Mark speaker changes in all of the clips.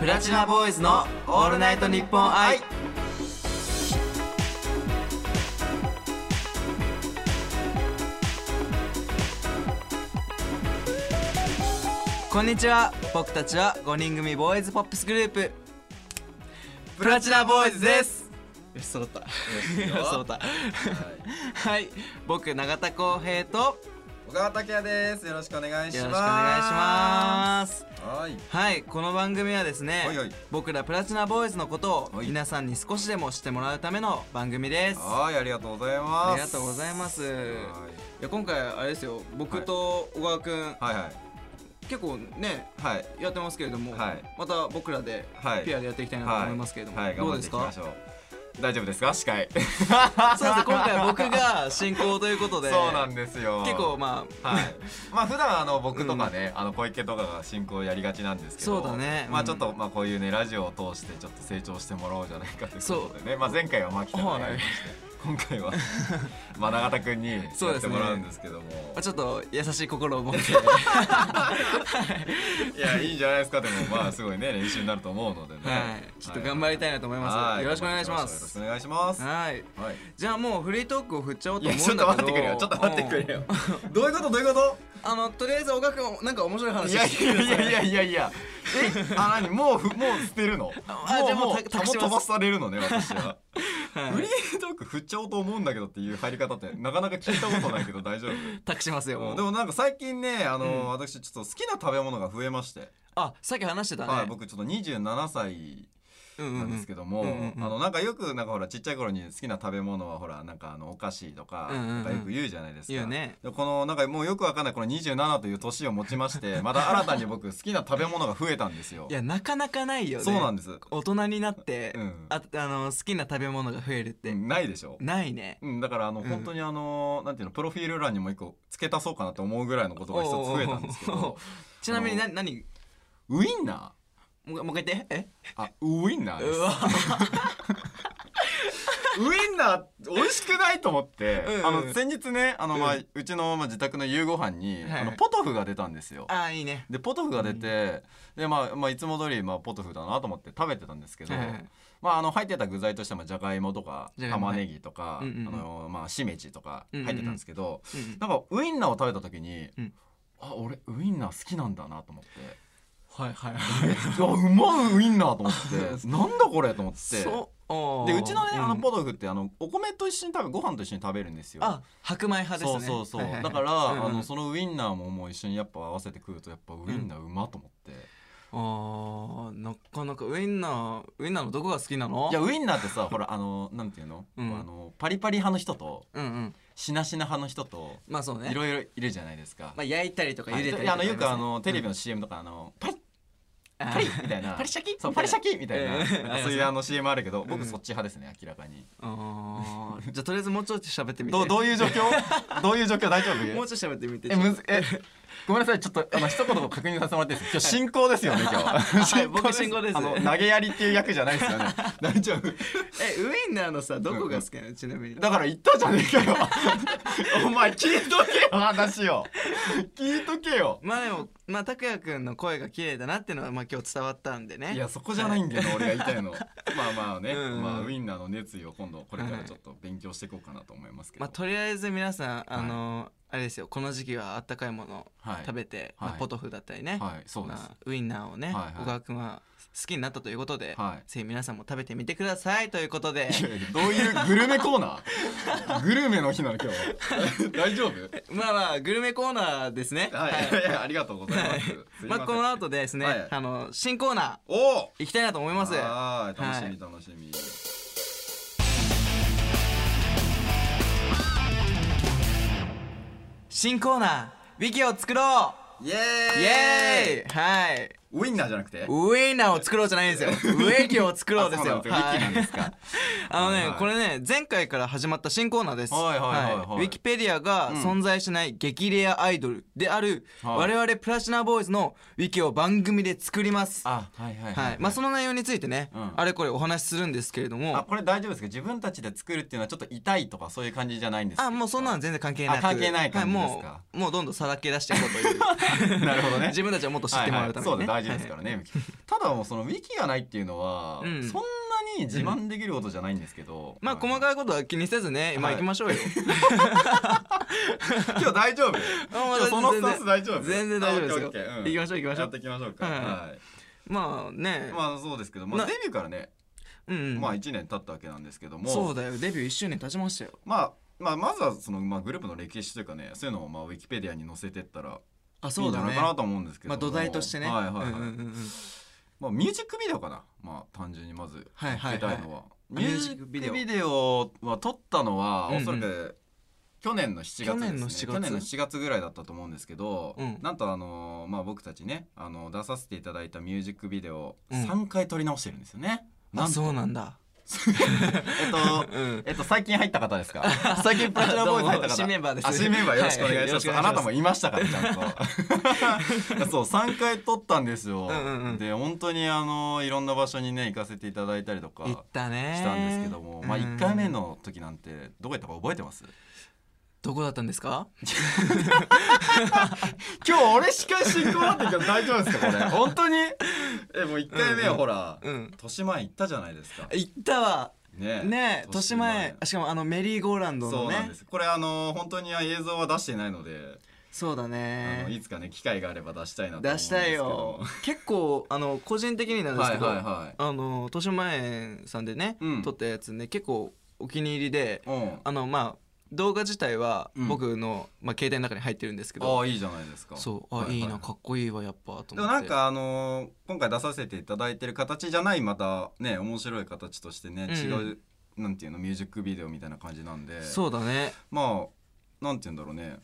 Speaker 1: プラチナボーイズのオールナイトニッポン愛こんにちは僕たちは5人組ボーイズポップスグループプラチナボーイズですよし揃った よし揃ったはい僕永田浩平と
Speaker 2: 小川拓也です。よろしくお願いします。
Speaker 1: よろしくお願いします
Speaker 2: す。はい。
Speaker 1: はいこの番組はですね
Speaker 2: はいはい
Speaker 1: 僕らプラチナボーイズのことを
Speaker 2: はい
Speaker 1: 皆さんに少しでも知ってもらうための番組ですあ
Speaker 2: はい、ありがとうございます。
Speaker 1: りがとうございます
Speaker 2: はい
Speaker 1: いや今回あれですよ僕と小川くん、
Speaker 2: はいはい
Speaker 1: 結構ね
Speaker 2: はい
Speaker 1: やってますけれども、
Speaker 2: はい
Speaker 1: また僕らで
Speaker 2: はい
Speaker 1: ペアでやっていきたいなと
Speaker 2: はい。
Speaker 1: 思いますけれども、
Speaker 2: はい、
Speaker 1: ど
Speaker 2: 頑
Speaker 1: うで
Speaker 2: 張っ
Speaker 1: す
Speaker 2: ていきま
Speaker 1: か
Speaker 2: しょう。大丈夫ですか司会。
Speaker 1: そうです今回は僕が進行ということで
Speaker 2: そうなんですよ。
Speaker 1: 結構。まあ、
Speaker 2: はい、まあ普段あの僕とかね、あの小池とかが進行やりがちなんですけど
Speaker 1: そうだね
Speaker 2: ま
Speaker 1: う
Speaker 2: あ
Speaker 1: ん
Speaker 2: ちょっとまあこういうねラジオを通してちょっと成長してもらおうじゃないかということでねまあ前回は牧田がやりまして今回はまあ永田君にや
Speaker 1: そうで
Speaker 2: っ
Speaker 1: す
Speaker 2: て
Speaker 1: ね
Speaker 2: もらうんですけども、
Speaker 1: まあちょっと優しい心を持って
Speaker 2: いやいいんじゃないですかでもまあすごいね練習になると思うのでね、
Speaker 1: はい ちょっと頑張りたいなと思います、
Speaker 2: はい
Speaker 1: よろしくお願いしま
Speaker 2: よろしく
Speaker 1: す
Speaker 2: お願いしますは
Speaker 1: はい
Speaker 2: い
Speaker 1: じゃあもうフリートークを振っちゃおう
Speaker 2: い
Speaker 1: と
Speaker 2: や
Speaker 1: 思
Speaker 2: ち
Speaker 1: う
Speaker 2: ょ
Speaker 1: ん
Speaker 2: っ
Speaker 1: だ
Speaker 2: と
Speaker 1: け
Speaker 2: 待
Speaker 1: ど
Speaker 2: ってくれよちょっと待ってくれよどういうことどういうこ
Speaker 1: うんあのとりあえず小川君なんか面白い
Speaker 2: とい
Speaker 1: 話
Speaker 2: や
Speaker 1: してください
Speaker 2: いやいやいやいや えあ何もうふもう捨てるの
Speaker 1: あじゃあもう
Speaker 2: もうもう
Speaker 1: た託し
Speaker 2: 飛
Speaker 1: ます
Speaker 2: ばされるのね私は
Speaker 1: はい
Speaker 2: フリートーク振っちゃおうと思うんだけどっていう入り方ってなかなか聞いたことないけど 大丈夫
Speaker 1: 託しますよも
Speaker 2: うん
Speaker 1: う
Speaker 2: でもなんか最近ねあの、私ちょっと好きな食べ物が増えまして、
Speaker 1: あさっき話してたね、
Speaker 2: はい僕ちょっと27歳
Speaker 1: うんうんう
Speaker 2: なん
Speaker 1: ん
Speaker 2: ですけども、
Speaker 1: うんうんうん
Speaker 2: あのなんかよくなんかほらちっちゃい頃に好きな食べ物はほらなんかあのお菓子とか,、
Speaker 1: うんうんうん
Speaker 2: なんかよく言うじゃないですか。
Speaker 1: 言うね
Speaker 2: でこのなんかもうよくわかんないこの27という年を持ちましてまた新たに僕好きな食べ物が増えたんですよ。
Speaker 1: いやなかなかないよね
Speaker 2: そうなんです。
Speaker 1: 大人になって、
Speaker 2: うん
Speaker 1: ああの好きな食べ物が増えるって、
Speaker 2: ないでしょ。
Speaker 1: ないね
Speaker 2: うん、だからあの、
Speaker 1: うん
Speaker 2: 本当にあのなんていうのプロフィール欄にも一個付け足そうかなと思うぐらいのことが一つ増えたんですけ
Speaker 1: おーおーお
Speaker 2: ど
Speaker 1: ーちなみにな何
Speaker 2: ウインナ
Speaker 1: もうもう一回言ってえ
Speaker 2: ーあウインナーです
Speaker 1: うわ
Speaker 2: ウインナー美味しくないと思って、
Speaker 1: うんうん
Speaker 2: あの先日ねあの、まあ
Speaker 1: う
Speaker 2: うちの、まあ、自宅の夕ご飯に、
Speaker 1: はい
Speaker 2: あのポトフが出たんですよ。
Speaker 1: あーいいね
Speaker 2: でポトフが出て、でまあ、まあ、いつも通り、まあ、ポトフだなと思って食べてたんですけど、
Speaker 1: はいはい
Speaker 2: まあ、あの入ってた具材としてはまあじゃがいもとか
Speaker 1: じゃがいもね
Speaker 2: 玉ねぎとか、
Speaker 1: うんうんうん
Speaker 2: あのまあ、しめじとか入ってたんですけど、
Speaker 1: うんうん
Speaker 2: なんかウインナーを食べた時に、
Speaker 1: うん
Speaker 2: あ俺ウインナー好きなんだなと思って。
Speaker 1: はいはいはい
Speaker 2: えあうまいウインナーと思ってなんだこれと思って
Speaker 1: そうおー
Speaker 2: でうちのね、あの
Speaker 1: ん
Speaker 2: ポトフってあのお米と一緒に食べご飯と一緒に食べるんですよ。
Speaker 1: あ白米派です
Speaker 2: そ
Speaker 1: ね
Speaker 2: うそうそう、
Speaker 1: はいはいはい
Speaker 2: だから、
Speaker 1: うんうん
Speaker 2: あのそのウインナーももう一緒にやっぱ合わせて食うとやっぱウインナーうまと思って、
Speaker 1: あーなかなかウインナーウインナーのどこが好きなの
Speaker 2: いやウインナーってさほらあのなんていうの,、
Speaker 1: うん
Speaker 2: あのパリパリ派の人と
Speaker 1: うんうん
Speaker 2: しなしな派の人と
Speaker 1: まあそうね
Speaker 2: いろいろいるじゃないですか、
Speaker 1: まあ焼いたりとか茹
Speaker 2: はい
Speaker 1: でたりと
Speaker 2: で
Speaker 1: か
Speaker 2: あのよくあの、テレビ
Speaker 1: の
Speaker 2: の CM とかあのパリッパリッみたいな
Speaker 1: パリシャキ
Speaker 2: そうパリシャキみたい
Speaker 1: う
Speaker 2: な,、
Speaker 1: ん
Speaker 2: なんかそういうあの CM あるけど、
Speaker 1: う
Speaker 2: 僕
Speaker 1: ん
Speaker 2: そっち派ですね明らかに、
Speaker 1: あーじゃあとりあえずもうちょっと喋ってみて
Speaker 2: どうどういう状況 どういう状況大丈夫
Speaker 1: もうちょっと喋ってみて
Speaker 2: えむずえごめんなさいちょっとあの一言確認させてもらってい いですか今日進行ですよね今日
Speaker 1: 僕進行です
Speaker 2: あの投げやりっていう役じゃないです よね大丈夫
Speaker 1: えウインナーのさどこが好きなのちなみに
Speaker 2: だから言ったじゃねえ かよお前聞いとけよ話を聞いとけよ
Speaker 1: まあでもまあ拓也くんの声が綺麗だなっていうのはまあ今日伝わったんでね
Speaker 2: いやそこじゃないんだよな、俺が言いたいのまあまあね、
Speaker 1: うんうん
Speaker 2: まあ、ウインナーの熱意を今度これからちょっと勉強していこうかなと思いますけど、
Speaker 1: まあとりあえず皆さんあのあれですよこの時期はあったかいもの
Speaker 2: はい
Speaker 1: 食べて
Speaker 2: はい
Speaker 1: まあポトフだったりね
Speaker 2: はいそうです、
Speaker 1: まあウインナーをね
Speaker 2: はいはい
Speaker 1: 小川くんは好きになったということで
Speaker 2: はい
Speaker 1: ぜひ皆さんも食べてみてくださいということで
Speaker 2: いやい やどういうグルメコーナーグルメの日なの今日 大丈夫
Speaker 1: まあまあグルメコーナーですね
Speaker 2: はい、いや ありがとうございます。すい
Speaker 1: ま
Speaker 2: ま
Speaker 1: あ
Speaker 2: せん
Speaker 1: この後でです
Speaker 2: はい
Speaker 1: ねあの新コーナ
Speaker 2: おお
Speaker 1: ー行きたいなと思います
Speaker 2: はい、楽し
Speaker 1: は
Speaker 2: み
Speaker 1: い
Speaker 2: 楽しみ。
Speaker 1: 新コーナーウィキを作ろ
Speaker 2: イ
Speaker 1: う
Speaker 2: エー
Speaker 1: イ
Speaker 2: イ
Speaker 1: エーイはい
Speaker 2: ウインナーじゃなくて
Speaker 1: ウインナーを作ろうじゃないんですよ ウェキを作ろうですよ
Speaker 2: あそうなんですかウィキなんです
Speaker 1: はいあのね、
Speaker 2: はい
Speaker 1: これね前回から始まった新コーナーです
Speaker 2: はいはいはいはい
Speaker 1: ウィキペディアが存在しない激レアアイドルである、
Speaker 2: はい
Speaker 1: 我々プラチナボーイズのウィキを番組で作ります
Speaker 2: あ、はいはい
Speaker 1: はい まあ、その内容についてね、
Speaker 2: うん
Speaker 1: あれこれお話しするんですけれども
Speaker 2: あ、これ大丈夫ですか自分たちで作るっていうのはちょっと痛いとかそういう感じじゃないんですか
Speaker 1: あもうそんなの全然関係なく
Speaker 2: あ関係ない感じですか
Speaker 1: はいもうもうどんどんさらけ出していこうという
Speaker 2: なるほどね。
Speaker 1: 自分たちをもっと知ってもらうためにね、
Speaker 2: はいはい大事ですからね、ただもうそのウィキがないっていうのは、
Speaker 1: うん
Speaker 2: そんなに自慢できることじゃないんですけど、
Speaker 1: まあ細かいことは気にせずね、まあ
Speaker 2: は
Speaker 1: 行
Speaker 2: い
Speaker 1: きま しょうよ。
Speaker 2: 今日大 丈夫今日そのスタンス大丈夫
Speaker 1: 全然大丈夫です
Speaker 2: あオ
Speaker 1: よ
Speaker 2: ッケーオッケーうん
Speaker 1: 行きましょう行きましょ
Speaker 2: やっ
Speaker 1: う
Speaker 2: て。いきましょうか、
Speaker 1: はい
Speaker 2: はい
Speaker 1: まあね、
Speaker 2: まあそうですけど、ま
Speaker 1: な
Speaker 2: あ、デビューからね、
Speaker 1: うん、
Speaker 2: まあ1年経ったわけなんですけども
Speaker 1: そうだよデビュー1周年経ちましたよ。
Speaker 2: まあまあ、まずはその、まあ、グループの歴史というかねそういうのをまあウィキペディアに載せてったら
Speaker 1: あ
Speaker 2: いいんじゃないかなと思うんですけど
Speaker 1: まあ
Speaker 2: も
Speaker 1: 土台としてね。
Speaker 2: はいはいはい
Speaker 1: うんうんうんうん
Speaker 2: まあ、ミュージックビデオかな、まあ、単純にまず
Speaker 1: はいはいはい
Speaker 2: 聞きたいのは、
Speaker 1: ミ
Speaker 2: ミ
Speaker 1: ュ
Speaker 2: ュ
Speaker 1: ー
Speaker 2: ー
Speaker 1: ジ
Speaker 2: ジ
Speaker 1: ッ
Speaker 2: ッ
Speaker 1: ク
Speaker 2: ク
Speaker 1: ビ
Speaker 2: ビ
Speaker 1: デ
Speaker 2: デ
Speaker 1: オ
Speaker 2: オは撮ったのは、
Speaker 1: うんうん
Speaker 2: おそらく去年の7月です、ね、
Speaker 1: 去年の7月
Speaker 2: 去年の7月ぐらいだったと思うんですけど、
Speaker 1: うん
Speaker 2: なんとあのーまあ、僕たちねあの出させていただいたミュージックビデオを
Speaker 1: うん
Speaker 2: 3回撮り直してるんですよね。
Speaker 1: あ
Speaker 2: なんと
Speaker 1: そうなんだ。
Speaker 2: えっと
Speaker 1: うん。
Speaker 2: えっと、最近入った 方ですか最近プラチナボーイズ入っ
Speaker 1: どうも
Speaker 2: た方
Speaker 1: 新メンバーです
Speaker 2: あ新メンバーよろしくお願いします,、
Speaker 1: はい
Speaker 2: あなたもいましたからちゃ んとそう3回撮ったんです
Speaker 1: う
Speaker 2: よ、
Speaker 1: んうんうん
Speaker 2: で本当にあのいろんな場所にね行かせていただいたりとか
Speaker 1: 行ったね。
Speaker 2: したんですけども、まあ
Speaker 1: うん
Speaker 2: 1回目の時なんてどこやったか覚えてます
Speaker 1: どこだったんですか？
Speaker 2: 今日俺司会進行だってけど大丈夫ですかこれ 本当にえもう1回目はほら、
Speaker 1: うん。
Speaker 2: 豊島園行ったじゃないですか
Speaker 1: 行ったわ。
Speaker 2: ね
Speaker 1: ねえ豊島園しかもあのメリーゴーランド
Speaker 2: そ
Speaker 1: の
Speaker 2: うなん
Speaker 1: ね
Speaker 2: で。すこれあの本当に映像は出してないので
Speaker 1: そうだ
Speaker 2: あの
Speaker 1: ね。
Speaker 2: いつかね機会があれば出したいなと思うん
Speaker 1: 出
Speaker 2: です
Speaker 1: し
Speaker 2: けど
Speaker 1: たいよ。結構あの個人的になんです
Speaker 2: は
Speaker 1: け
Speaker 2: い
Speaker 1: ど。
Speaker 2: はいはい
Speaker 1: あの豊島園さんでね、
Speaker 2: うん
Speaker 1: 撮ったやつね結構お気に入りで
Speaker 2: うん
Speaker 1: あのまあ動画自体は
Speaker 2: うん
Speaker 1: 僕の、まあ、携帯の中に入ってるんですけ
Speaker 2: あ
Speaker 1: ど
Speaker 2: あいいじゃないですか
Speaker 1: そうあ、
Speaker 2: はい
Speaker 1: い
Speaker 2: はい
Speaker 1: い、なかっこいいわやっぱと思って
Speaker 2: でもなんかあのー今回出させていただいてる形じゃないまたね面白い形としてね
Speaker 1: うん
Speaker 2: 違うなんていうのミュージックビデオみたいな感じなんで
Speaker 1: そうだね
Speaker 2: まあなんていうんだろうね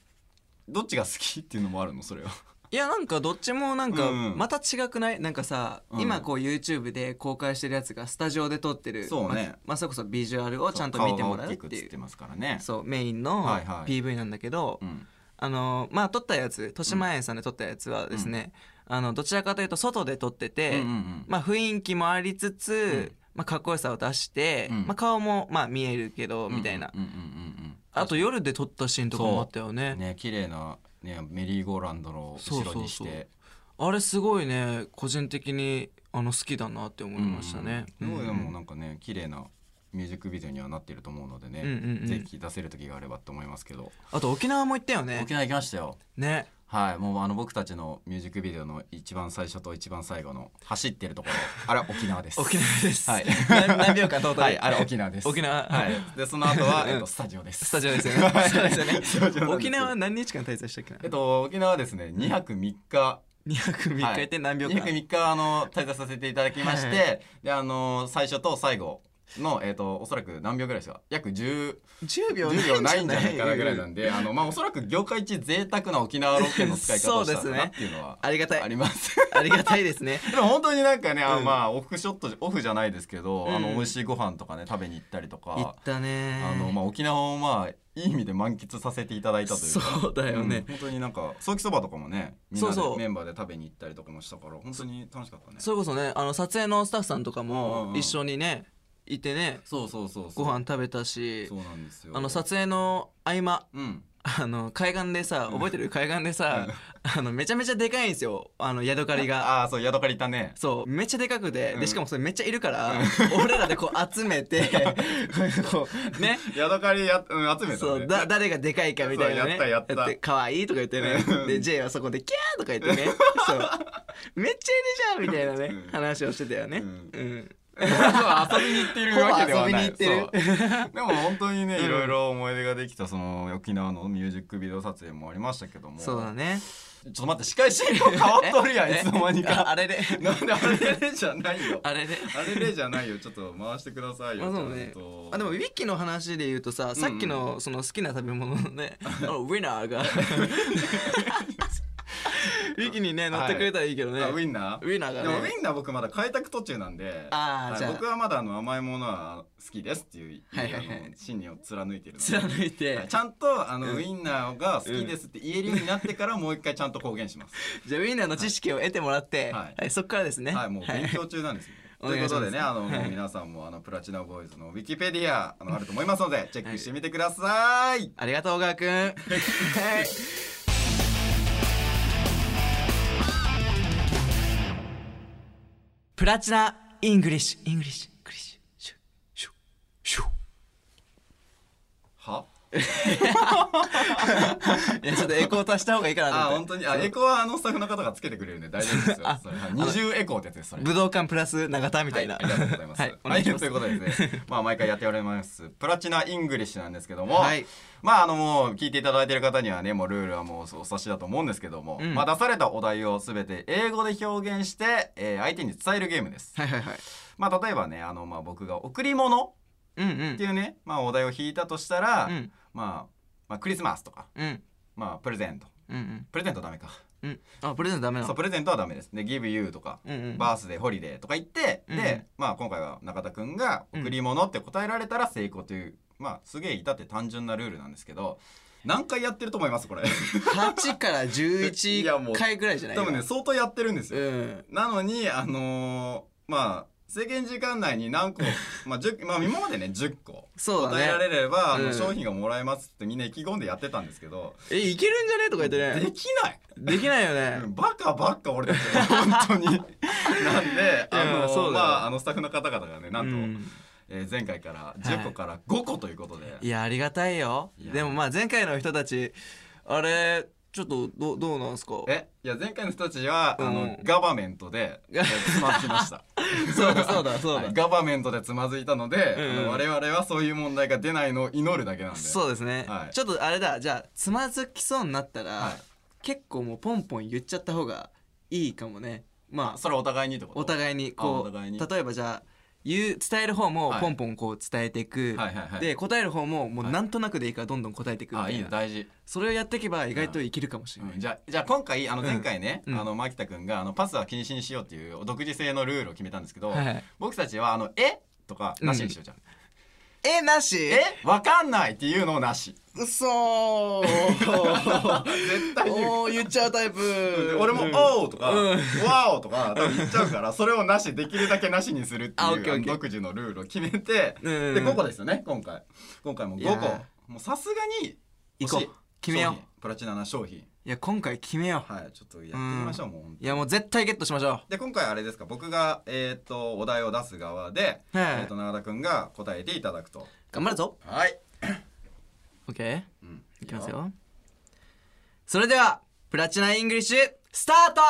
Speaker 2: どっちが好きっていうのもあるのそれは
Speaker 1: いやなんかどっちもなんか
Speaker 2: うんうん
Speaker 1: また違くないなんかさ、
Speaker 2: うん
Speaker 1: 今こう YouTube で公開してるやつがスタジオで撮ってる
Speaker 2: そうね
Speaker 1: ままさこそビジュアルをちゃんと見てもらうっ
Speaker 2: 顔が
Speaker 1: て
Speaker 2: 大きく映
Speaker 1: い
Speaker 2: っ
Speaker 1: う
Speaker 2: てますからね
Speaker 1: そうメインの
Speaker 2: はいはい
Speaker 1: PV なんだけど、
Speaker 2: うん
Speaker 1: あのまあ撮ったやつ豊島園さんで撮ったやつはですね、あのどちらかというと外で撮って
Speaker 2: うんう
Speaker 1: て、
Speaker 2: んうん
Speaker 1: まあ、雰囲気もありつつ、
Speaker 2: ん
Speaker 1: まあ、かっこよさを出して、
Speaker 2: うん
Speaker 1: まあ、顔もまあ見えるけどみたいな、
Speaker 2: うんうんうんうん
Speaker 1: あと夜で撮ったシーンとかもあったよね
Speaker 2: ね綺麗なねメリーゴーランドの後ろにし
Speaker 1: そうそうそう
Speaker 2: て
Speaker 1: あれすごいね個人的にあの好きだなって思いましたね、
Speaker 2: うんうんうん、すごいでも
Speaker 1: ん
Speaker 2: なんかね綺麗なミュージックビデオにはなってると思うのでね、
Speaker 1: うんうんうん
Speaker 2: ぜひ出せる時があればと思いますけど、
Speaker 1: あと沖縄も行ったよね
Speaker 2: 沖縄行きましたよ
Speaker 1: ね
Speaker 2: はいもうあの僕たちのミュージックビデオの一番最初と一番最後の走ってるところあれ沖縄です
Speaker 1: 沖縄です、
Speaker 2: はい
Speaker 1: な何秒間トータル、
Speaker 2: はいあれ沖縄です
Speaker 1: 沖縄
Speaker 2: はいでその後は、えっと、スタジオです
Speaker 1: スタジオですよねそうですよね
Speaker 2: スタジオなんです
Speaker 1: 沖縄何日間滞在したっけな
Speaker 2: えっと沖縄はですね2泊3日
Speaker 1: 2泊3日行って何秒
Speaker 2: 2
Speaker 1: 間、
Speaker 2: 泊3日あの滞在させていただきまして、
Speaker 1: はいは
Speaker 2: であの最初と最後の、えっとおそらく何秒ぐらいですか約10
Speaker 1: 10秒
Speaker 2: 10秒ないんじゃないかなぐらいな
Speaker 1: で
Speaker 2: んで、あの、まあ、おそらく業界一贅沢な沖縄ロケの使い方をしたんだなっていうのは
Speaker 1: ありが た
Speaker 2: あ
Speaker 1: い
Speaker 2: ります。
Speaker 1: ありがたいですね
Speaker 2: でも本当になんかね、あ
Speaker 1: うん
Speaker 2: まあ、オフショット、オフじゃないですけど、あの、
Speaker 1: うん
Speaker 2: 美味しいご飯とかね、食べに行ったりと
Speaker 1: 行っ
Speaker 2: か、
Speaker 1: たね
Speaker 2: あの、まあ、沖縄をまあ、いい意味で満喫させていただいたというか。
Speaker 1: そうだよね
Speaker 2: うん、本当になんかソーキそばとかもねみんなで
Speaker 1: そうそう
Speaker 2: メンバーで食べに行ったりとかもしたから本当に楽しかったね
Speaker 1: それこそねあの撮影のスタッフさんとか
Speaker 2: うん
Speaker 1: も
Speaker 2: うん
Speaker 1: 一緒にねいてね
Speaker 2: そうそうそうそ
Speaker 1: ご
Speaker 2: う
Speaker 1: 飯食べたし
Speaker 2: そうなんですよ
Speaker 1: あの撮影の合間
Speaker 2: うん
Speaker 1: あの海岸でさ覚えてる海岸でさあのめちゃめちゃでかいんですよあのヤドカリが。
Speaker 2: ああーそうヤドカリいたね
Speaker 1: そうめっちゃでかくて
Speaker 2: う
Speaker 1: で
Speaker 2: ん
Speaker 1: しかもそれめっちゃいるから俺らでこう集め てこうね
Speaker 2: ヤドカリや、うん、集めたね
Speaker 1: そうだ誰がでかいかみたいなね
Speaker 2: そうやったやった
Speaker 1: て可愛いとか言ってね
Speaker 2: うん
Speaker 1: で J はそこでキャーとか言って ねそうめっちゃいるじゃんみたいなね
Speaker 2: うん
Speaker 1: 話をしてたよね
Speaker 2: うん
Speaker 1: うん
Speaker 2: そう遊びに行ってるわけではな
Speaker 1: ほぼ
Speaker 2: い
Speaker 1: 遊びに行って
Speaker 2: そうでも本当にね、
Speaker 1: うん
Speaker 2: いろいろ思い出ができたその沖縄のミュージックビデオ撮影もありましたけども
Speaker 1: そうだね
Speaker 2: ちょっと待って司会進行変わっとるや ん
Speaker 1: え
Speaker 2: いつの間に
Speaker 1: あ
Speaker 2: か
Speaker 1: あれ で
Speaker 2: なんであれれじゃな いよ
Speaker 1: あれで
Speaker 2: あれれじゃないよちょっと回してくださいよ
Speaker 1: あそうね
Speaker 2: ちゃんと
Speaker 1: あでもウィキの話で言うとささっきのその好きな食べ物のねあのウィナ ーがウィキにね乗ってくれたらいいけどね
Speaker 2: あウ
Speaker 1: ウ
Speaker 2: ィンナー
Speaker 1: ィナー
Speaker 2: でもウ
Speaker 1: がね
Speaker 2: ィンナー僕まだ開拓途中なんで
Speaker 1: あー
Speaker 2: はい
Speaker 1: じゃあ
Speaker 2: 僕はまだあの甘いものは好きですっていう、
Speaker 1: はいはいはい
Speaker 2: あの信念を貫いてるので
Speaker 1: 貫い
Speaker 2: は
Speaker 1: て
Speaker 2: いちゃんとあの、ウインナーが好きですって言えるようになってからもう一回ちゃんと公言します。
Speaker 1: じゃあウィナーの知識を得てもらって
Speaker 2: はい
Speaker 1: はいそっからですね
Speaker 2: はい、もう勉強中なんですよ。
Speaker 1: はい
Speaker 2: ということでね、
Speaker 1: お願いしま
Speaker 2: あの、もう皆さんもあのプラチナボーイズのウィキペディアあのあると思いますのでチェックしてみてください。
Speaker 1: ありがとう、小川 くん。はいプラチナイングリッシュイングリッシュイングリッシュシュシュシュ
Speaker 2: は？
Speaker 1: いやちょっとエコー足した方がいいかな
Speaker 2: あ
Speaker 1: と思
Speaker 2: 本
Speaker 1: って
Speaker 2: 当にあエコーはあのスタッフの方がつけてくれるんで大丈夫ですよ。 それはい二重エコーってやつですそれ。
Speaker 1: 武道館プラス永田みたいな、
Speaker 2: はい、ありがとうございます。
Speaker 1: は
Speaker 2: はいい、
Speaker 1: お願いします
Speaker 2: ということでですね、まあ毎回やっておりますプラチナイングリッシュなんですけども、
Speaker 1: はい
Speaker 2: まああのもう聞いていただいてる方にはね、もうルールはもうお察しだと思うんですけども、
Speaker 1: うん
Speaker 2: まあ出されたお題をすべて英語で表現して、えー相手に伝えるゲームです。
Speaker 1: はいはいはい
Speaker 2: まあ例えばね、あのまあ僕が贈り物
Speaker 1: うんう
Speaker 2: って
Speaker 1: ん
Speaker 2: いうね、まあお題を引いたとしたら、
Speaker 1: うん
Speaker 2: まあまあクリスマスとか、
Speaker 1: うん
Speaker 2: まあプレゼント、
Speaker 1: うんうん
Speaker 2: プレゼントダメか。
Speaker 1: うんあプレゼントダメな
Speaker 2: そう
Speaker 1: の
Speaker 2: プレゼントはダメです。で、give you とか、
Speaker 1: うんうん
Speaker 2: バースデーホリデーとか言って、
Speaker 1: うん
Speaker 2: で、まあ、今回は中田くんが「
Speaker 1: うん
Speaker 2: 贈り物」って答えられたら成功という、まあすげえ至って単純なルールなんですけど何回やってると思いますこれ
Speaker 1: 8から
Speaker 2: いや
Speaker 1: 11
Speaker 2: もう
Speaker 1: 回ぐらいじゃない
Speaker 2: 多分ね相当やってるんです
Speaker 1: う
Speaker 2: よ、
Speaker 1: ん
Speaker 2: なのにあのーまあ制限時間内に何個、まあ10まあ、今までね10個
Speaker 1: そうだね
Speaker 2: 答えられれば、
Speaker 1: う
Speaker 2: あ
Speaker 1: ん
Speaker 2: の商品がもらえますってみんな意気込んでやってたんですけど、
Speaker 1: えいけるんじゃねとか言って
Speaker 2: で
Speaker 1: ね
Speaker 2: きない
Speaker 1: できないよね
Speaker 2: うんバカバ カ俺たちは本当になんであ
Speaker 1: いや
Speaker 2: の
Speaker 1: そうだよ
Speaker 2: まああのスタッフの方々がねなんと、
Speaker 1: うん
Speaker 2: えー前回から10個から5個ということで、
Speaker 1: いやありがたいよ
Speaker 2: いや
Speaker 1: でもまあ前回の人たちあれちょっとどうどうなんすか
Speaker 2: えいや前回の人たちは、あ
Speaker 1: う
Speaker 2: の
Speaker 1: ん
Speaker 2: ガバメントでえ
Speaker 1: が
Speaker 2: ーつまずきました
Speaker 1: そうだ そう だそうだ、
Speaker 2: はいガバメントでつまずいたので、
Speaker 1: うんうん
Speaker 2: あの我々はそういう問題が出ないのを祈るだけなんで
Speaker 1: そうですね、
Speaker 2: はい
Speaker 1: ちょっとあれだじゃあつまずきそうになったら、
Speaker 2: はい
Speaker 1: 結構もうポンポン言っちゃった方がいいかもねまあ
Speaker 2: それお互いにってこと
Speaker 1: お互いに
Speaker 2: あ
Speaker 1: こ
Speaker 2: お
Speaker 1: う
Speaker 2: 互いに
Speaker 1: 例えばじゃあ言う伝える方も
Speaker 2: はい
Speaker 1: ポンポンこう伝えていく、
Speaker 2: はいはいはい
Speaker 1: で答える方ももう
Speaker 2: はい
Speaker 1: なんとなくでいいからどんどん答えていくみた
Speaker 2: あ
Speaker 1: い
Speaker 2: いい
Speaker 1: な、
Speaker 2: ね大事、
Speaker 1: それをやっていけば意外といけるかもしれない、
Speaker 2: うんじゃあじゃあ今回あの
Speaker 1: うん
Speaker 2: 前回ね、
Speaker 1: うん
Speaker 2: あの牧田君があのパスは禁止にしようっていう独自性のルールを決めたんですけど、
Speaker 1: はい
Speaker 2: 僕たちはあのえとかなしにしようじゃん、
Speaker 1: えなし
Speaker 2: えわかんないっていうのをなし
Speaker 1: うそー
Speaker 2: 絶対言う
Speaker 1: おー言っちゃうタイプ
Speaker 2: で俺も
Speaker 1: うん
Speaker 2: 「おう」とか「
Speaker 1: うん
Speaker 2: わお」とか多分言っちゃう からそれをなしできるだけなしにするって
Speaker 1: あオッケ
Speaker 2: い
Speaker 1: ーオッ
Speaker 2: うあの
Speaker 1: ケー
Speaker 2: 独自のルールを決めて
Speaker 1: うんうんうん
Speaker 2: で5個ですよね今回今回も
Speaker 1: いやー
Speaker 2: 5個もうさすがに
Speaker 1: 行こう
Speaker 2: 欲しい
Speaker 1: 決めよう
Speaker 2: 商品プラチナな商品
Speaker 1: いや今回決めよう、
Speaker 2: はいちょっとやってみましょうもう本当
Speaker 1: い、やもう絶対ゲットしましょ
Speaker 2: で今回あれですか僕がえーっとお題を出す側で
Speaker 1: うはい、
Speaker 2: えーっと永田君が答えていただくと
Speaker 1: 頑張るぞ
Speaker 2: はい
Speaker 1: オッケー
Speaker 2: うん
Speaker 1: いきますよそれではプラチナイングリッシュスタート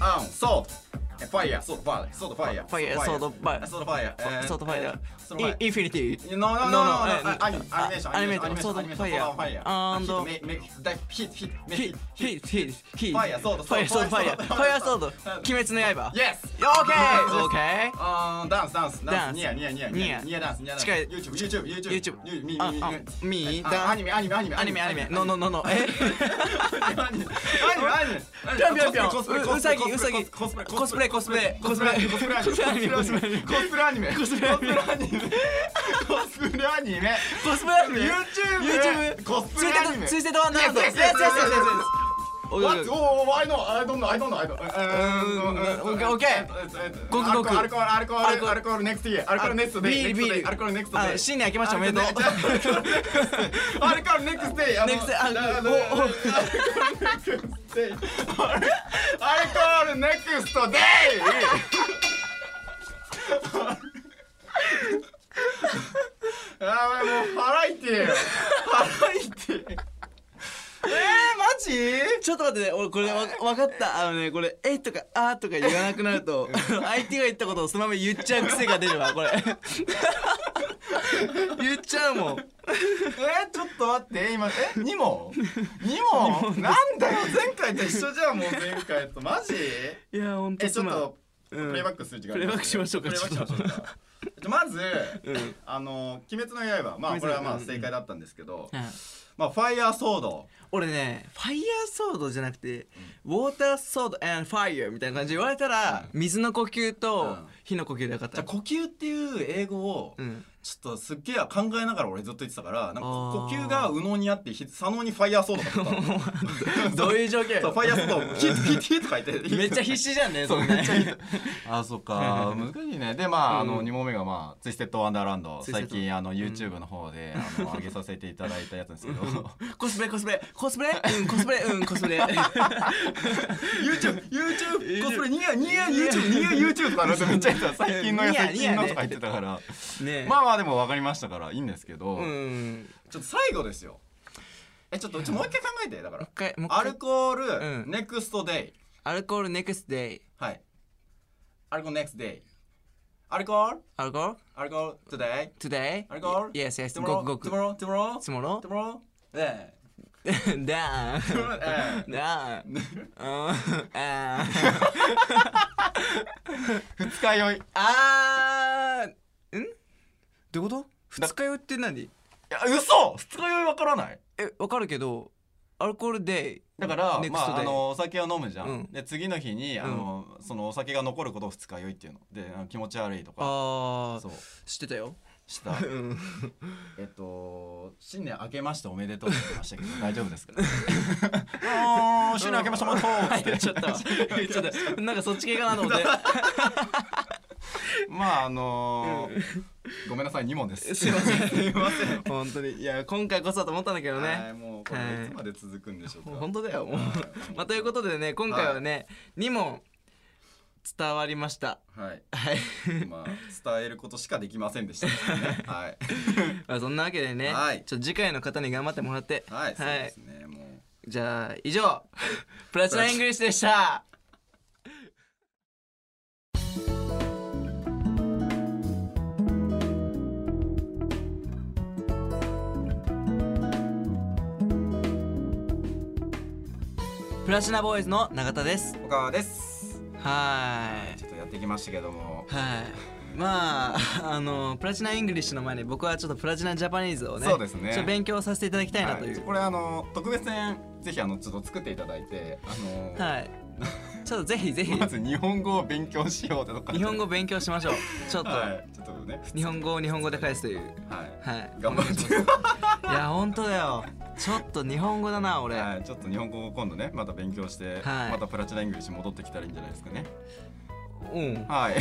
Speaker 2: アンソードファイヤーソードファイヤーソードファイヤー
Speaker 1: ファイヤーソードファイヤー
Speaker 2: ソードファイヤー
Speaker 1: ソートファイヤ
Speaker 2: ソードファイヤ
Speaker 1: ー
Speaker 2: ー
Speaker 1: インインフィニティ
Speaker 2: No, no, no, no, no, no, no, animation, animation,
Speaker 1: Animation,
Speaker 2: animation,
Speaker 1: Sword of Fire,
Speaker 2: Fire.
Speaker 1: and-
Speaker 2: Hit, make, make, that hit, hit,
Speaker 1: ヒッ
Speaker 2: make it,
Speaker 1: ヒ
Speaker 2: hit.
Speaker 1: ッヒッヒッ
Speaker 2: ファイヤーソード
Speaker 1: ファイヤーソードファイヤーフ
Speaker 2: フ
Speaker 1: ァ
Speaker 2: ァ
Speaker 1: イヤ
Speaker 2: イヤ
Speaker 1: ーソ
Speaker 2: ーソ
Speaker 1: ード
Speaker 2: ード
Speaker 1: 鬼滅の刃
Speaker 2: Yes!
Speaker 1: オーケーオーケー
Speaker 2: Uh, dance, dance,
Speaker 1: Dance.
Speaker 2: dance, ニヤニヤニヤニヤニヤダンスニヤダンス
Speaker 1: 近い
Speaker 2: YouTube, YouTube, YouTube,
Speaker 1: YouTube
Speaker 2: You- me,
Speaker 1: あ
Speaker 2: me,
Speaker 1: あ
Speaker 2: me.
Speaker 1: み
Speaker 2: あ
Speaker 1: だ
Speaker 2: アニメアニメアニメ
Speaker 1: アニメアニメ
Speaker 2: ア
Speaker 1: ののののえ
Speaker 2: アニメアニメアニメ
Speaker 1: ぴょんぴょんぴょん
Speaker 2: コスプレコ
Speaker 1: う
Speaker 2: スプ
Speaker 1: さ
Speaker 2: レ
Speaker 1: ぎうさぎ
Speaker 2: コスプレ
Speaker 1: コスプレコスプレ
Speaker 2: コスプレコスプレ
Speaker 1: コスプレアニメ
Speaker 2: コスプレコスプレアニメコスプレアニメコスプレアニメ
Speaker 1: コスプレアニメ
Speaker 2: YouTube
Speaker 1: YouTube
Speaker 2: コスプレアニメ
Speaker 1: ツイステドワンダーランド
Speaker 2: Yes, yes, yes, yes, yes, yes, yes.
Speaker 1: オッケーオッケー
Speaker 2: What? Oh, I know, I don't know, I don't know, I don't know. Uh,
Speaker 1: okay,
Speaker 2: uh,
Speaker 1: okay.
Speaker 2: uh,
Speaker 1: ごくごく
Speaker 2: Alcohol, alcohol, alcohol,
Speaker 1: Alcohol.
Speaker 2: alcohol next year. Alcohol next
Speaker 1: ビール
Speaker 2: day. next
Speaker 1: ビー
Speaker 2: day.
Speaker 1: ル
Speaker 2: Alcohol next
Speaker 1: あ
Speaker 2: day.
Speaker 1: 新年明けましておめでとう
Speaker 2: Alcohol next day. あの
Speaker 1: Next day. あ
Speaker 2: あの
Speaker 1: おお
Speaker 2: Alcohol next day. Alcohol next day. あーもう腹痛いよ。腹痛い。えー、マジ？
Speaker 1: ちょっと待ってね、俺これわ分かった。あのね、これ、えとか、あとか言わなくなる と、あの相手が言ったことをそのまま言っちゃう癖が出るわ、これ。言っちゃうもん。
Speaker 2: えー、ちょっと待って今え二 問二問なんだよ前回と一緒じゃんもう前回とマジ
Speaker 1: いや、ほんと
Speaker 2: えちょっとプ
Speaker 1: うん
Speaker 2: レイバックする時間
Speaker 1: プレイバックしましょうか
Speaker 2: プレイバックしましょうかじゃあまず
Speaker 1: うん
Speaker 2: あの「鬼滅の刃」まあこれはま
Speaker 1: う
Speaker 2: あ
Speaker 1: んうん
Speaker 2: 正解だったんですけどまあファイヤーソード
Speaker 1: 俺ね、ファイヤーソードじゃなくて、ウォーターソード and ファイヤーみたいな感じで言われたら、水の呼吸
Speaker 2: う
Speaker 1: と
Speaker 2: ん
Speaker 1: 火の呼吸でよかっ
Speaker 2: じ
Speaker 1: た
Speaker 2: ゃあ。呼吸っていう英語を
Speaker 1: うん。
Speaker 2: ちょっとすっげえ考えながら俺ずっと言ってたからなんか
Speaker 1: あー
Speaker 2: 呼吸が右脳にあってひ左脳にファイヤーソードがあったの
Speaker 1: どういう状況や
Speaker 2: そうファイヤーソー ドをヒッヒッヒッと書いて
Speaker 1: めっちゃ必死じゃんね、そんな
Speaker 2: あそうか難しいねでまああの2問目目がまあツイステッドワンダーランド
Speaker 1: ツイステッ
Speaker 2: 最
Speaker 1: ド
Speaker 2: 近あの YouTube の方で、あの上げさせていただいたやつなんですけど
Speaker 1: コスプレコスプレコスプレうんコスプレうんコスプ レ
Speaker 2: YouTube コスプレニヤニヤ YouTube ニヤ YouTube とかなんかめっちゃ言ってた最近のや
Speaker 1: ニヤ
Speaker 2: 最近の
Speaker 1: ニヤね
Speaker 2: とか言ってたから
Speaker 1: ね
Speaker 2: まあまあでも分かりましたからいいんですけど、
Speaker 1: うん
Speaker 2: ちょっと最後ですよえちょっとちょもう一回考えてだか
Speaker 1: もう
Speaker 2: ら
Speaker 1: 一回もう一
Speaker 2: ア
Speaker 1: 回
Speaker 2: ルコール、
Speaker 1: うん
Speaker 2: ネクストデイ
Speaker 1: アルコールネクストデイ
Speaker 2: はいアルコールネクストデイアルコール
Speaker 1: アルコール
Speaker 2: アルコールトゥデ
Speaker 1: today
Speaker 2: イ Alcohol?
Speaker 1: yes yes ご
Speaker 2: tomorrow
Speaker 1: くごく
Speaker 2: tomorrow tomorrow
Speaker 1: tomorrow
Speaker 2: tomorrow え
Speaker 1: ダ
Speaker 2: え
Speaker 1: ーン
Speaker 2: ええ
Speaker 1: ダーンうんあ
Speaker 2: 二日酔いい
Speaker 1: あーんどういうこと二日酔いって何
Speaker 2: や嘘二日酔いわからない
Speaker 1: えわかるけどアルコールデイ
Speaker 2: だから、
Speaker 1: ネク
Speaker 2: ま
Speaker 1: スト
Speaker 2: あ、
Speaker 1: デ
Speaker 2: あ
Speaker 1: イ
Speaker 2: のお酒を飲むじゃん、
Speaker 1: うん
Speaker 2: で次の日にあの、そのお酒が残ることを二日酔いっていうのであの気持ち悪いとか
Speaker 1: あ
Speaker 2: そ
Speaker 1: ー
Speaker 2: う
Speaker 1: 知ってた よ
Speaker 2: した
Speaker 1: うん
Speaker 2: えっと新年明けましておめでとうって言いま したけど大丈夫ですか、あー新年明けましておめでとうっ
Speaker 1: や
Speaker 2: て
Speaker 1: っちゃったわやっ ちゃったなんかそっち系かなと思って
Speaker 2: まああのーごめんなさい二問 です
Speaker 1: すいません
Speaker 2: すいません
Speaker 1: 本当にいや今回こそだと思ったんだけど
Speaker 2: は
Speaker 1: ね
Speaker 2: い、もうこれいつまで続くんでしょうか、
Speaker 1: もう本当だよ もう
Speaker 2: はい
Speaker 1: まあということでね今回はね、2問伝わりました
Speaker 2: はい
Speaker 1: はい
Speaker 2: まあ伝えることしかできません でしたねはい
Speaker 1: まあそんなわけでね、
Speaker 2: はい
Speaker 1: ちょっと次回の方に頑張ってもらって
Speaker 2: はいそうですね、もう
Speaker 1: じゃあ以 上プラチナイングリッシュでしたプラチナボーイズの永田です
Speaker 2: 小川です
Speaker 1: はーい
Speaker 2: ちょっとやってきましたけども、
Speaker 1: はい。まあ、あの、プラチナイングリッシュの前に僕はちょっとプラチナジャパニーズをね、
Speaker 2: そうですね
Speaker 1: ちょっと勉強させていただきたいなと。
Speaker 2: はいいうこれあの特別編ぜひあのちょっと作っていただいてあの、
Speaker 1: はい。ちょっとぜひぜひ、
Speaker 2: まず日本語を勉強しようってとか
Speaker 1: 日本語勉強しまし ょう。ちょっと、
Speaker 2: はいちょっとね
Speaker 1: 日本語を日本語で返すという。
Speaker 2: はい
Speaker 1: はい。
Speaker 2: 頑張って
Speaker 1: いや、本当だよ。ちょっと日本語だな、俺。
Speaker 2: はい、ちょっと日本語を今度ねまた勉強して、
Speaker 1: はい
Speaker 2: またプラチナイングリッシュ戻ってきたらいいんじゃないです かね
Speaker 1: うん。
Speaker 2: はい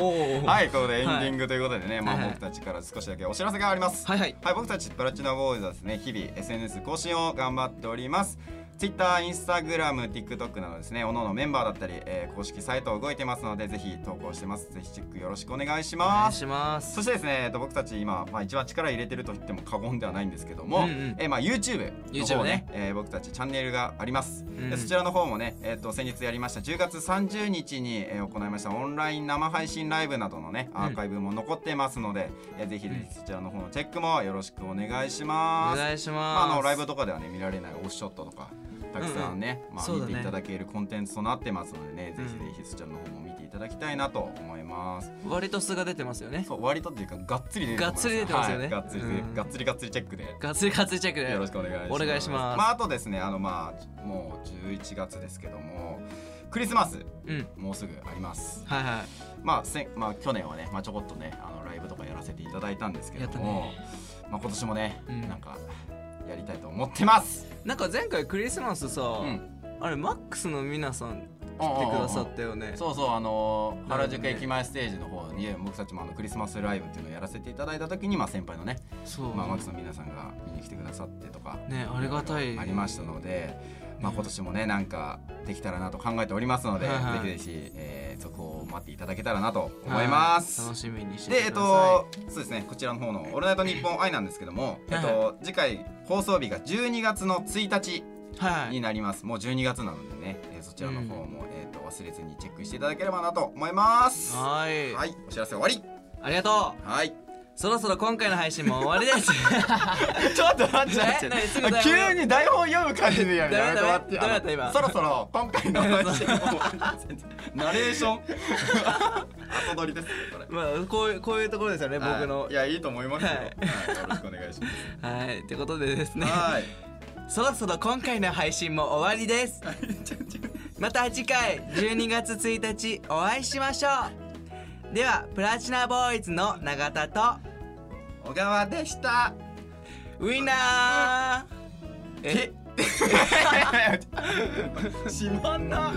Speaker 1: おー
Speaker 2: はいここでエンディングということでね、ま
Speaker 1: はい
Speaker 2: あ
Speaker 1: はい
Speaker 2: 僕たちから少しだけお知らせがあります
Speaker 1: はいはい。
Speaker 2: はい、僕たちプラチナボーイズはですね、日々 SNS 更新を頑張っております。Twitter、Instagram、TikTok などですね、各々メンバーだったり、えー公式サイト動いてますので、ぜひ投稿してます。ぜひチェックよろしくお願いし
Speaker 1: お願
Speaker 2: ま
Speaker 1: い
Speaker 2: す。
Speaker 1: します
Speaker 2: そ。してですね、えっと僕たち今、まあ、一番力入れてると言っても過言ではないんですけど
Speaker 1: う
Speaker 2: も、
Speaker 1: んうん
Speaker 2: えーまあ、YouTube の方
Speaker 1: YouTube ね
Speaker 2: ねえー僕たちチャンネルがあります、
Speaker 1: ん
Speaker 2: でそちらの方もね、えー、と先日やりました10月30日に、えー行いましたオンライン生配信ライブなどのねアーカイブも残ってますので、えーぜひぜひそちらの方のチェックもよろしくお願いし
Speaker 1: お
Speaker 2: ます。
Speaker 1: 願いし
Speaker 2: まあ、
Speaker 1: ます。
Speaker 2: あのライブとかではね見られないオフショットとかたくさんね、
Speaker 1: うん
Speaker 2: まあ、
Speaker 1: そうだ
Speaker 2: 見
Speaker 1: ね
Speaker 2: ていただけるコンテンツとなってますのでね、
Speaker 1: う
Speaker 2: ぜ
Speaker 1: ん
Speaker 2: ひぜひそちらの方も見ていただきたいなと思います。
Speaker 1: 割と素が出てますよね。
Speaker 2: そう割とっていうかがっつり出て
Speaker 1: がっつり出てますよね
Speaker 2: はいがっつりで
Speaker 1: うん
Speaker 2: がっつりがっつりチェックでよ
Speaker 1: ガツリガツリチェックで。
Speaker 2: ろしくお願いします。
Speaker 1: お願いします
Speaker 2: まああとですねあのまあもう11月ですけどもクリスマス
Speaker 1: うん。
Speaker 2: もうすぐあります。
Speaker 1: はいは
Speaker 2: まあせまあ去年はねまあちょこっとねあのライブとかやらせていただいたんですけども、
Speaker 1: やっ
Speaker 2: まあ今年もね、
Speaker 1: うん
Speaker 2: なんかやりたいと思ってます。
Speaker 1: い。なんか前回クリスマスさ、
Speaker 2: うん
Speaker 1: あれマックスの皆さん来てくださったよね。
Speaker 2: そうそうあのー
Speaker 1: なるほ
Speaker 2: 原
Speaker 1: どね
Speaker 2: 宿駅前ステージの方に僕たちもあのクリスマスライブっていうのをやらせていただいた時にまあ先輩のね、
Speaker 1: そう
Speaker 2: まあ、マックスの皆さんが見に来てくださってとか
Speaker 1: ねありがたい
Speaker 2: ありましたので、まあ、今年もねなんかできたらなと考えておりますので、
Speaker 1: はいはい
Speaker 2: ぜひぜひ、えー、続報を待っていただけたらなと思います。
Speaker 1: はい楽しみにして
Speaker 2: で
Speaker 1: て
Speaker 2: えっ
Speaker 1: くださ
Speaker 2: とそうですねこちらの方の「オールナイトニッポン愛」なんですけども、えっと、次回放送日が12月の1日
Speaker 1: いは
Speaker 2: に
Speaker 1: い
Speaker 2: なります、もう12月なのでね、えーそちらの方も、えっと忘れずにチェックしていただければなと思いますは
Speaker 1: はい
Speaker 2: い、お知らせ終わり
Speaker 1: ありがとう
Speaker 2: はい
Speaker 1: そろそろ今回の配信も終わりです
Speaker 2: ちょっと待
Speaker 1: ってあ急に
Speaker 2: 台本読む感じでや
Speaker 1: るやめて待ってあの
Speaker 2: そろそろ今回の配信も ナレー ション後取りですねこれ
Speaker 1: まあこういうこういうところですよね僕の
Speaker 2: はいいやいいと思いますよ、
Speaker 1: はい
Speaker 2: はいよろしくお願いします
Speaker 1: はいってことでですね
Speaker 2: はい。
Speaker 1: そろそろ今回の配信も終わりですまた次回12月1日お会いしましょうではプラチナボーイズの永田と
Speaker 2: 小川でした。
Speaker 1: ウィナーえ
Speaker 2: しまんな。